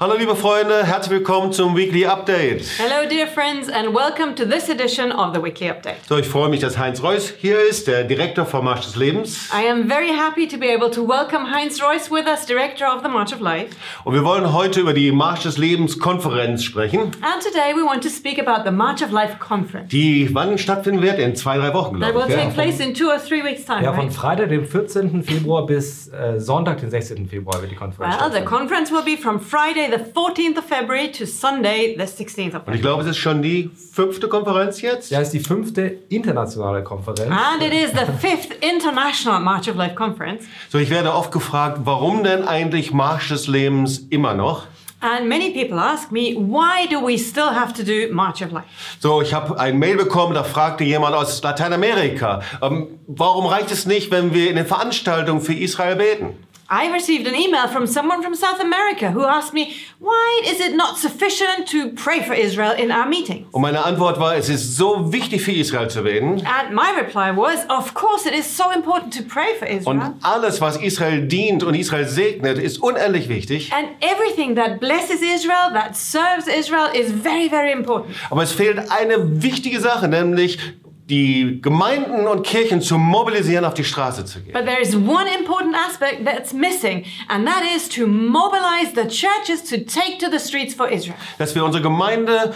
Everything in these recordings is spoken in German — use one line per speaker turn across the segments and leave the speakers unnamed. Hallo liebe Freunde, herzlich willkommen zum Weekly Update.
Hello, dear friends, and welcome to this edition of the Weekly Update.
So, ich freue mich, dass Heinz Reuss hier ist, der Direktor vom Marsch des Lebens.
I am very happy to be able to welcome Heinz Royce with us, Director of the March of Life.
Und wir wollen heute über die Marsch des Lebens Konferenz sprechen,
And today we want to speak about the March of Life conference
die wann stattfinden wird? In zwei, drei Wochen,
that will
glaube ich.
take
Ja.
place in two or three weeks' time.
Ja, von
right?
Freitag, dem 14. Februar bis äh, Sonntag, den 16. Februar wird die Konferenz
Well, the
stattfinden.
conference will be from Friday, the 14th of February, to Sunday, the 16th of
Und ich
February.
glaube, es ist schon die fünfte Konferenz jetzt.
Ja, ist die fünfte internationale Konferenz.
And it is the fifth International March of Life conference.
So, ich werde oft gefragt, warum denn eigentlich Marsch des Lebens immer noch?
And many people ask me, why do we still have to do March of Life?
So, ich habe ein Mail bekommen, da fragte jemand aus Lateinamerika, ähm, warum reicht es nicht, wenn wir in den Veranstaltungen für Israel beten?
I received an email from someone from South America who asked me, why is it not sufficient to pray for Israel in our meeting?
Und meine Antwort war, es ist so wichtig für Israel zu beten.
And my reply was, of course, it is so important to pray for Israel.
Und alles, was Israel dient und Israel segnet, ist unendlich wichtig.
and everything that blesses Israel, that serves Israel, is very, very important.
Aber es fehlt eine wichtige Sache, nämlich die Gemeinden und Kirchen zu mobilisieren, auf die Straße zu gehen.
But there is one important aspect that's missing, and that is to mobilize the churches to take to the streets for Israel.
Dass wir unsere Gemeinde,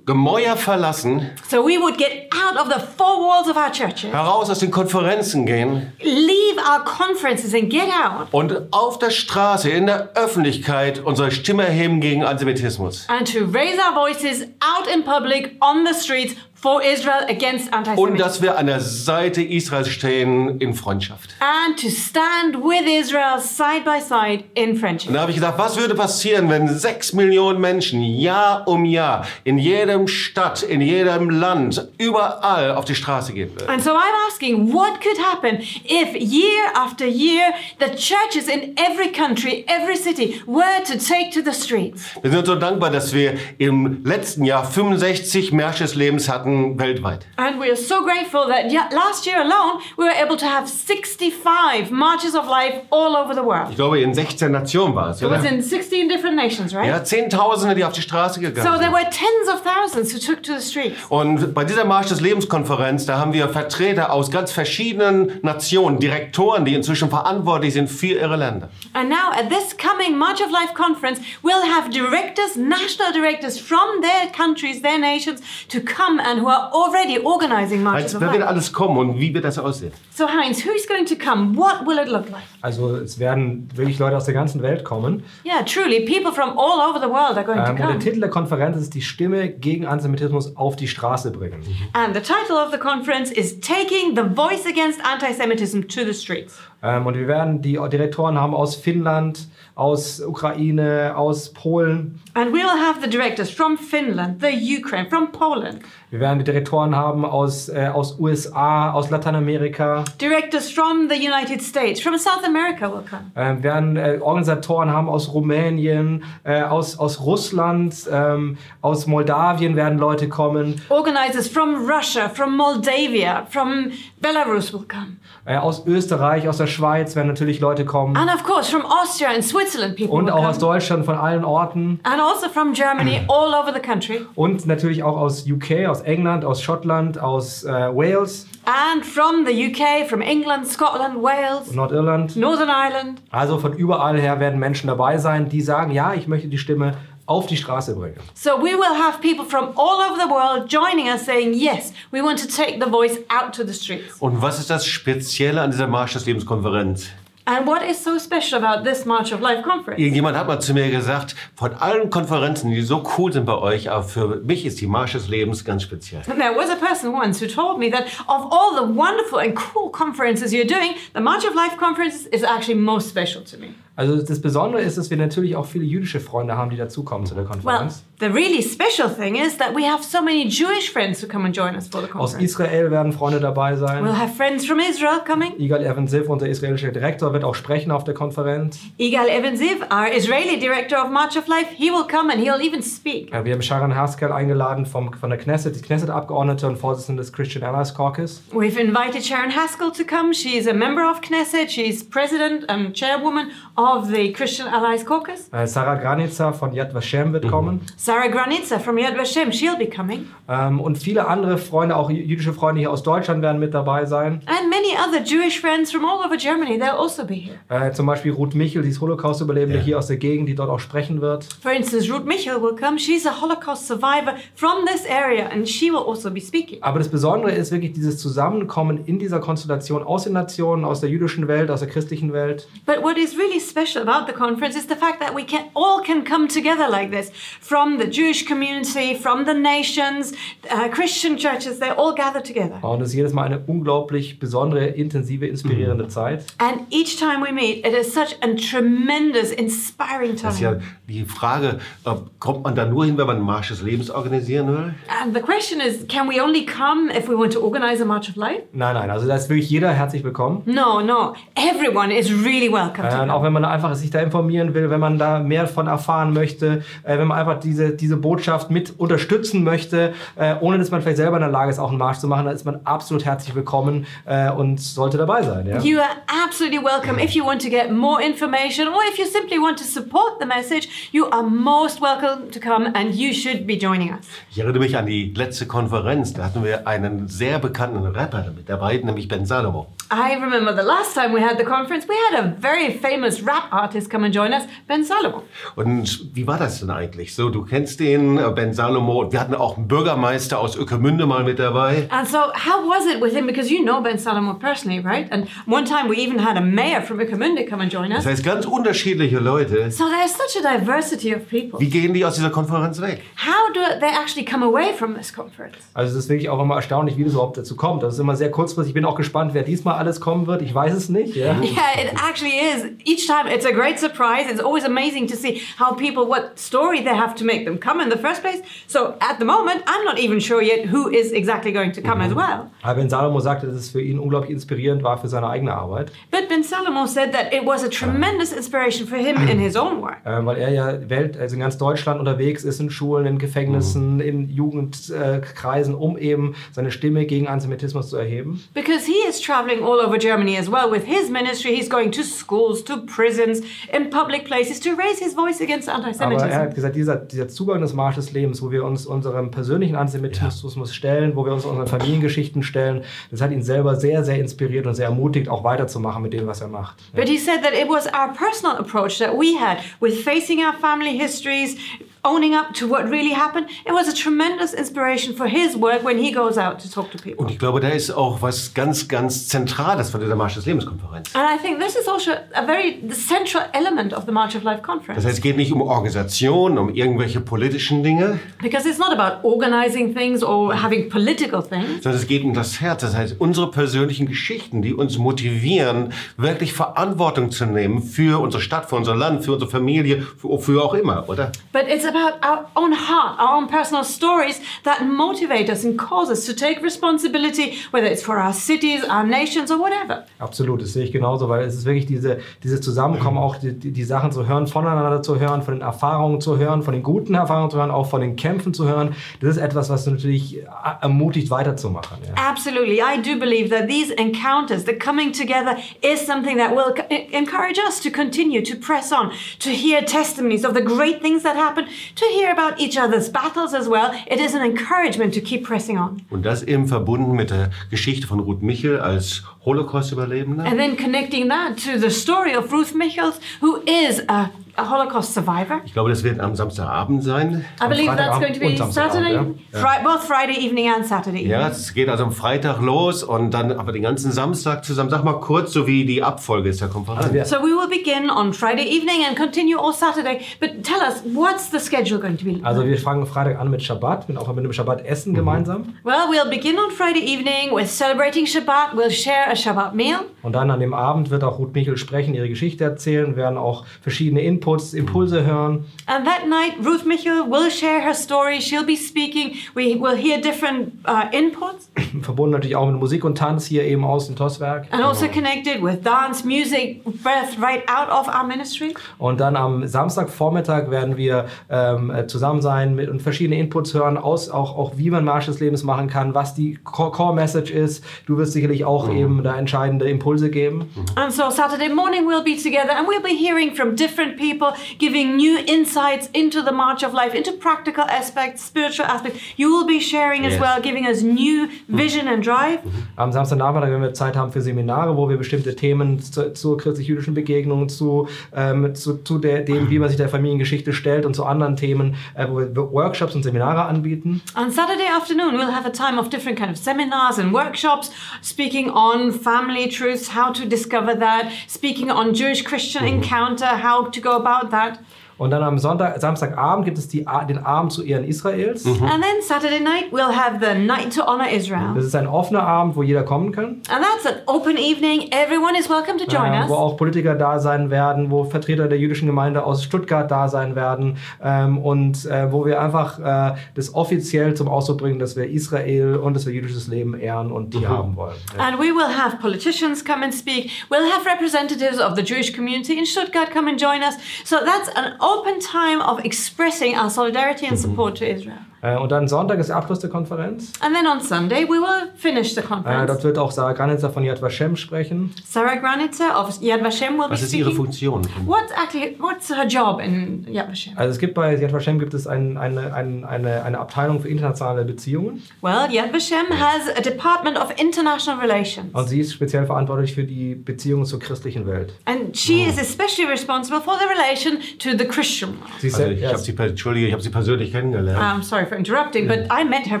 Gemäuer verlassen,
So we would get out of the four walls of our churches,
heraus aus den Konferenzen gehen
leave our conferences, and get out.
und auf der Straße, in der Öffentlichkeit unsere Stimme erheben gegen Antisemitismus.
and to raise our voices out in public on the streets for Israel against
Und
anti-Semitism.
dass wir an der Seite Israels stehen in Freundschaft.
And to stand with Israel side by side in
Und
friendship.
da habe ich gedacht, was würde passieren, wenn sechs Millionen Menschen Jahr um Jahr in jedem Stadt, in jedem Land, überall auf die Straße gehen würden?
And so I'm asking, what could happen if year after year the churches in every country, every city were to take to the streets?
Wir sind so dankbar, dass wir im letzten Jahr 65 Märsche des Lebens hatten weltweit.
And we are so grateful that ye- last year alone we were able to have 65 marches of life all over the
Ich
world.
glaube, in 16 Nationen war es,
It
oder?
was in 16 different nations, right?
Ja, Zehntausende, die auf die Straße
So
gegangen
there
sind.
were tens of thousands who took to the streets.
Und bei dieser Marsch des Lebenskonferenz, da haben wir Vertreter aus ganz verschiedenen Nationen, Direktoren, die inzwischen verantwortlich sind für ihre Länder.
And now, at this coming March of Life conference, we'll have directors, national directors from their countries, their nations, to come and who are already organizing Marches
Heinz,
of
wer wird
Life.
alles kommen und wie wird das aussehen?
So, Heinz, who's going to come? What will it look like?
Also es werden wirklich Leute aus der ganzen Welt kommen.
Yeah, truly, people from all over the world are going
Ähm,
to
und der
come.
Titel der Konferenz ist die Stimme gegen Antisemitismus auf die Straße bringen.
And the title of the conference is Taking the Voice Against Anti Semitism to the Streets.
Ähm, und wir werden die Direktoren haben aus Finnland, aus Ukraine, aus Polen.
And we will have the directors from Finland, the Ukraine, from Poland,
Wir werden die Direktoren haben aus, äh, aus USA, aus Lateinamerika.
directors from the United States, from South America will come.
Ähm, werden äh, Organisatoren haben aus Rumänien, äh, aus, aus Russland, ähm, aus Moldawien werden Leute kommen,
Organizers from Russia, from Moldavia, from Belarus will come.
äh, aus Österreich, aus der Schweiz werden natürlich Leute kommen
And of course, from Austria and Switzerland, people
und
will
auch
come.
aus Deutschland von allen Orten
and also from Germany, all over the country.
und natürlich auch aus UK, aus England, aus Schottland, aus äh, Wales,
And from the UK, from England, Scotland, Wales,
Nordirland.
Northern Ireland.
Also von überall her werden Menschen dabei sein, die sagen, ja, ich möchte die Stimme auf die Straße bringen.
So we will have people from all over the world joining us saying, yes, we want to take the voice out to the streets.
Und was ist das Spezielle an dieser Marsch des Lebenskonferenz?
And what is so special about this March of Life conference?
Irgendjemand hat mal zu mir gesagt, von allen Konferenzen, die so cool sind bei euch, aber für mich ist die Marsch des Lebens ganz speziell.
And There was a person once who told me that of all the wonderful and cool conferences you're doing, the March of Life conference is actually most special to me.
Also das Besondere ist, dass wir natürlich auch viele jüdische Freunde haben, die dazukommen zu der
Well,
Konferenz.
the really special thing is that we have so many Jewish friends who come and join us for the
Aus
conference.
Israel werden Freunde dabei sein.
We'll have friends from Israel coming.
Igal Evansiv, unser israelischer Direktor, wird auch sprechen auf der Konferenz.
Igal Evanziv, our Israeli director of March of Life, he will come and he'll even speak.
Ja, Äh, wir haben Sharon Haskell eingeladen vom, von der Knesset, die Knesset-Abgeordnete und Vorsitzende des Christian Allies Caucus.
We've invited Sharon Haskell to come. She's a member of Knesset. She's president and chairwoman of the Christian Allies Caucus.
Äh, Sarah Granica von Yad Vashem wird kommen.
Sarah Granitza from Yad Vashem, she'll be coming.
Ähm, und viele andere Freunde, auch jüdische Freunde hier aus Deutschland werden mit dabei sein.
And many other Jewish friends from all over Germany, they'll also be here.
Äh, zum Beispiel Ruth Michel, die ist Holocaust-Überlebende hier aus der Gegend, die dort auch sprechen wird.
For instance, Ruth Michel will come. She's a Holocaust survivor from this area and she will also be speaking.
Aber das Besondere ist wirklich dieses Zusammenkommen in dieser Konstellation aus den Nationen, aus der jüdischen Welt, aus der christlichen Welt.
But what is really special about the conference is the fact that we can all can come together like this from the Jewish community, from the nations, uh, Christian churches, they all gather together.
Und es ist jedes Mal eine unglaublich besondere, intensive, inspirierende Zeit.
And each time we meet, it is such a tremendous, inspiring
Das ist ja
time.
die Frage, ob- kommt man da nur hin, wenn man einen Marsch des Lebens organisieren will?
And the question is can we only come if we want to organize a March of Life?
Nein, nein, also da ist wirklich jeder herzlich willkommen.
No, no. Everyone is really welcome.
Äh,
to
und auch wenn man einfach sich da informieren will, wenn man da mehr von erfahren möchte, äh, wenn man einfach diese, diese Botschaft mit unterstützen möchte, äh, ohne dass man vielleicht selber in der Lage ist, auch einen Marsch zu machen, dann ist man absolut herzlich willkommen äh, und sollte dabei sein. Ja?
You are absolutely welcome. If you want to get more information or if you simply want to support the message, you are most welcome to come and you should be joining us.
Ich erinnere mich an die letzte Konferenz. Da hatten wir einen sehr bekannten Rapper mit dabei, nämlich Ben Salomo.
I remember the last time we had the conference, we had a very famous rap artist come and join us, Ben Solomon.
Und wie war das denn eigentlich? So, du kennst den, äh, Ben Salomo. Und Wir hatten auch einen Bürgermeister aus Ökermünde mal mit dabei.
And so, how was it with him? Because you know Ben Solomon personally, right? And one time we even had a mayor from Uckermünde come and join
Das
us.
heißt, ganz unterschiedliche Leute.
So, there's such a diversity of people.
Wie gehen die aus dieser Konferenz weg?
How do they actually come away from this conference?
Also es ist wirklich auch immer erstaunlich, wie das überhaupt dazu kommt. Das ist immer sehr kurzfristig. Ich bin auch gespannt, wer diesmal alles kommen wird. Ich weiß es nicht. Ja?
Yeah, it actually is. Each time it's a great surprise. It's always amazing to see how people, what story they have to make them come in the first place. So at the moment, I'm not even sure yet who is exactly going to come as well.
Aber Ben Salomo sagte, dass es für ihn unglaublich inspirierend war für seine eigene Arbeit,
But Ben Salomon said that it was a tremendous inspiration for him in his own work.
äh, weil er ja Welt, also in ganz Deutschland unterwegs ist, in Schulen, in Gefängnissen, in Jugendkreisen, um eben seine Stimme gegen Antisemitismus zu erheben.
Because he is traveling all over Germany as well with his ministry. He's going to schools, to prisons, in public places to raise his voice against anti
Aber
Semitism.
er hat gesagt, dieser, dieser Zugang des Marsch des Lebens, wo wir uns unserem persönlichen Antisemitismus stellen, wo wir uns unseren Familiengeschichten stellen, das hat ihn selber sehr, sehr inspiriert und sehr ermutigt, auch weiterzumachen mit dem, was er macht.
But he said that it was our personal approach that we had with facing our family histories, owning up to what really happened. It was a tremendous inspiration for his work when he goes out to talk to people.
Und ich glaube, da ist auch was ganz, ganz Zentrales von dieser Marsch des Lebenskonferenz.
And I think this is also a very central element of the March of Life
Das
conference
heißt, es geht nicht um Organisation, um irgendwelche politischen Dinge,
because it's not about organizing things or having political things.
sondern es geht um das Herz. Das heißt, unsere persönlichen Geschichten, die uns motivieren, wirklich Verantwortung zu nehmen für unsere Stadt, für unser Land, für unsere Familie, für, für auch immer, oder?
But it's about our own heart, our own personal stories that motivate us and cause us to take responsibility, whether it's for our cities, our nations, or whatever.
Absolut, das sehe ich genauso, weil es ist wirklich diese, dieses Zusammenkommen, auch die, die, die Sachen zu hören, voneinander zu hören, von den Erfahrungen zu hören, von den guten Erfahrungen zu hören, auch von den Kämpfen zu hören. Das ist etwas, was natürlich äh, ermutigt, weiterzumachen. Ja.
Absolutely. I do believe that these encounters, the coming together, is something that will c- encourage us to continue to press on, to hear testimonies of the great things that happen, to hear about each other's battles as well. It is an encouragement to keep pressing on.
Und das eben verbunden mit der Geschichte von Ruth Michel als Holocaust-Überlebender.
And then connecting that to the story of Ruth Michels, who is a, a Holocaust survivor.
Ich glaube, das wird am Samstagabend sein.
I believe that's
Freitagabend
going to be
und Samstagabend,
Saturday,
ja.
Fri- both Friday evening and Saturday evening.
Ja, es geht also am Freitag los und dann aber den ganzen Samstag zusammen. Sag mal kurz, so wie die Abfolge ist der Konferenz.
wir-
So we will begin on Friday evening and continue all Saturday. But tell us, what's the schedule going to be? like?
Also wir fangen Freitag an mit Schabbat, mit auch mit einem Schabbat-Essen gemeinsam.
well, we'll begin on Friday evening with celebrating Shabbat. We'll share a Shabbat meal.
Und dann an dem Abend wird auch Ruth Michel sprechen, ihre Geschichte erzählen, werden auch verschiedene In Inputs, Impulse hören.
And that night, Ruth Michel will share her story. She'll be speaking. We will hear different uh, inputs
Verbunden natürlich auch mit Musik und Tanz hier eben aus dem Tosswerk.
and also connected with dance, music, breath right out of our ministry.
Und dann am Samstagvormittag werden wir ähm, äh, zusammen sein mit, und verschiedene Inputs hören, aus, auch, auch wie man Marsch des Lebens machen kann, was die Co- Core-Message ist. Du wirst sicherlich auch eben da entscheidende Impulse geben.
And so Saturday morning, we'll be together and we'll be hearing from different people, giving new insights into the march of life, into practical aspects, spiritual aspects. You will be sharing as
Yes.
well, giving us new vision and drive.
Am Samstagnachmittag, wenn wir Zeit haben für Seminare, wo wir bestimmte Themen zu, zur christlich-jüdischen Begegnung, zu, ähm, zu, zu der, dem, wie man sich der Familiengeschichte stellt und zu anderen Themen, äh, wo wir Workshops und Seminare anbieten.
On Saturday afternoon, we'll have a time of different kind of seminars and workshops, speaking on family truths, how to discover that, speaking on Jewish-Christian encounter, how to go about that.
Und dann am Sonntag, Samstagabend gibt es die, A- den Abend zu Ehren Israels.
And then Saturday night, we'll have the night to honor Israel.
Das ist ein offener Abend, wo jeder kommen kann,
And that's an open evening. Everyone is welcome to join
äh,
us.
wo auch Politiker da sein werden, wo Vertreter der jüdischen Gemeinde aus Stuttgart da sein werden ähm, und äh, wo wir einfach äh, das offiziell zum Ausdruck bringen, dass wir Israel und dass wir jüdisches Leben ehren und die
Mhm.
haben wollen.
And we will have politicians come and speak. We'll have representatives of the Jewish community in Stuttgart come and join us. So that's an open time of expressing our solidarity and support to Israel.
Äh, und dann Sonntag ist Abschluss der Konferenz.
And then on Sunday, we will finish the
Äh,
conference.
dort wird auch Sarah Granitzer von Yad Vashem sprechen.
Sarah Granitzer of Yad Vashem will
Was
be
ist Ihre
speaking.
Funktion?
What's actually what's her job in Yad Vashem?
Also es gibt bei Yad Vashem gibt es ein, eine, ein, eine, eine Abteilung für internationale Beziehungen.
Well, Yad Vashem has a department of international relations,
Oh.
Und sie ist speziell verantwortlich für die Beziehungen zur christlichen Welt.
and
Oh.
she is especially responsible for the relation to the Christian world.
Sie ist
Also
sel-
ich
ja,
habe sie, per- Entschuldige, ich habe sie persönlich kennengelernt
I'm sorry for interrupting, but I met her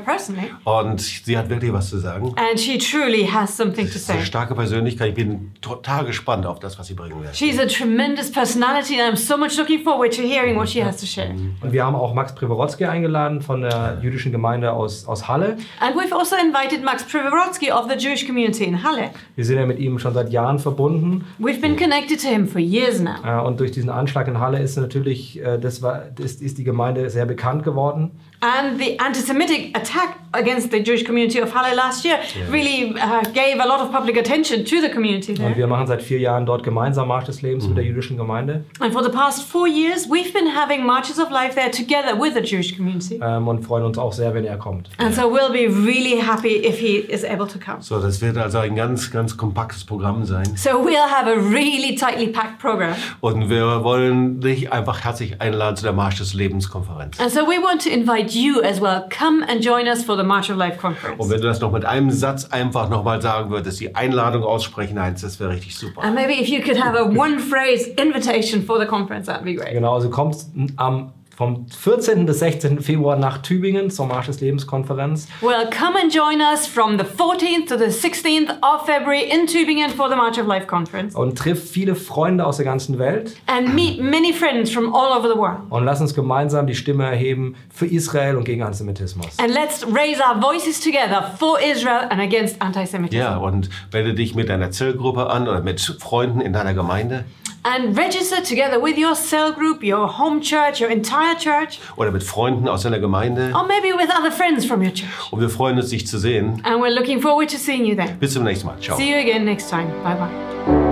personally,
und sie hat wirklich was zu sagen.
and she truly has something to
Sie ist eine
say.
starke Persönlichkeit. Ich bin total gespannt auf das, was sie bringen wird.
She's a tremendous personality, and I'm so much looking forward to hearing what she has to share.
Mm.
Und wir haben auch Max Privorotsky eingeladen von der jüdischen Gemeinde aus, aus Halle.
And we've also invited Max Privorotsky of the Jewish community in Halle.
Wir sind ja mit ihm schon seit Jahren verbunden.
We've been connected to him for years now.
Äh, Und durch diesen Anschlag in Halle ist natürlich, äh, das war, ist, ist die Gemeinde sehr bekannt geworden.
And the anti-Semitic attack against the Jewish community of Halle last year really uh, gave a lot of public attention to the community
Und
there.
wir machen seit vier Jahren dort gemeinsam Marsch des Lebens mit der jüdischen Gemeinde.
And for the past four years, we've been having marches of life there together with the Jewish community.
ähm, Und freuen uns auch sehr, wenn er kommt.
And so we'll be really happy if he is able to come.
So, das wird also ein ganz, ganz kompaktes Programm sein.
So we'll have a really tightly packed program.
Und wir wollen dich einfach herzlich einladen zu der Marsch des Lebens Konferenz.
And so we want to invite you as well. Come and join us for the March of Life
Und
conference.
wenn du das noch mit einem Satz einfach nochmal sagen würdest, die Einladung aussprechen, Heinz, das wäre richtig super.
And maybe if you could have a one phrase invitation for the conference, that'd be great.
Genau, also kommt am vom 14. bis 16. Februar nach Tübingen zur Marsch des Lebens Konferenz.
Well, come and join us from the 14th to the 16th of February in Tübingen for the March of Life conference
und trifft viele Freunde aus der ganzen Welt
and meet many friends from all over the world.
und lass uns gemeinsam die Stimme erheben für Israel und gegen Antisemitismus.
And let's raise our voices together for Israel and against anti Semitism.
Ja, und melde dich mit deiner Zellgruppe an oder mit Freunden in deiner Gemeinde
And register together with your cell group, your home church, your entire church,
oder mit Freunden aus deiner Gemeinde.
or maybe with other friends from your church.
Und wir freuen uns, dich zu sehen.
And we're looking forward to seeing you then.
Bis zum nächsten Mal. Ciao.
See you again next time. Bye bye.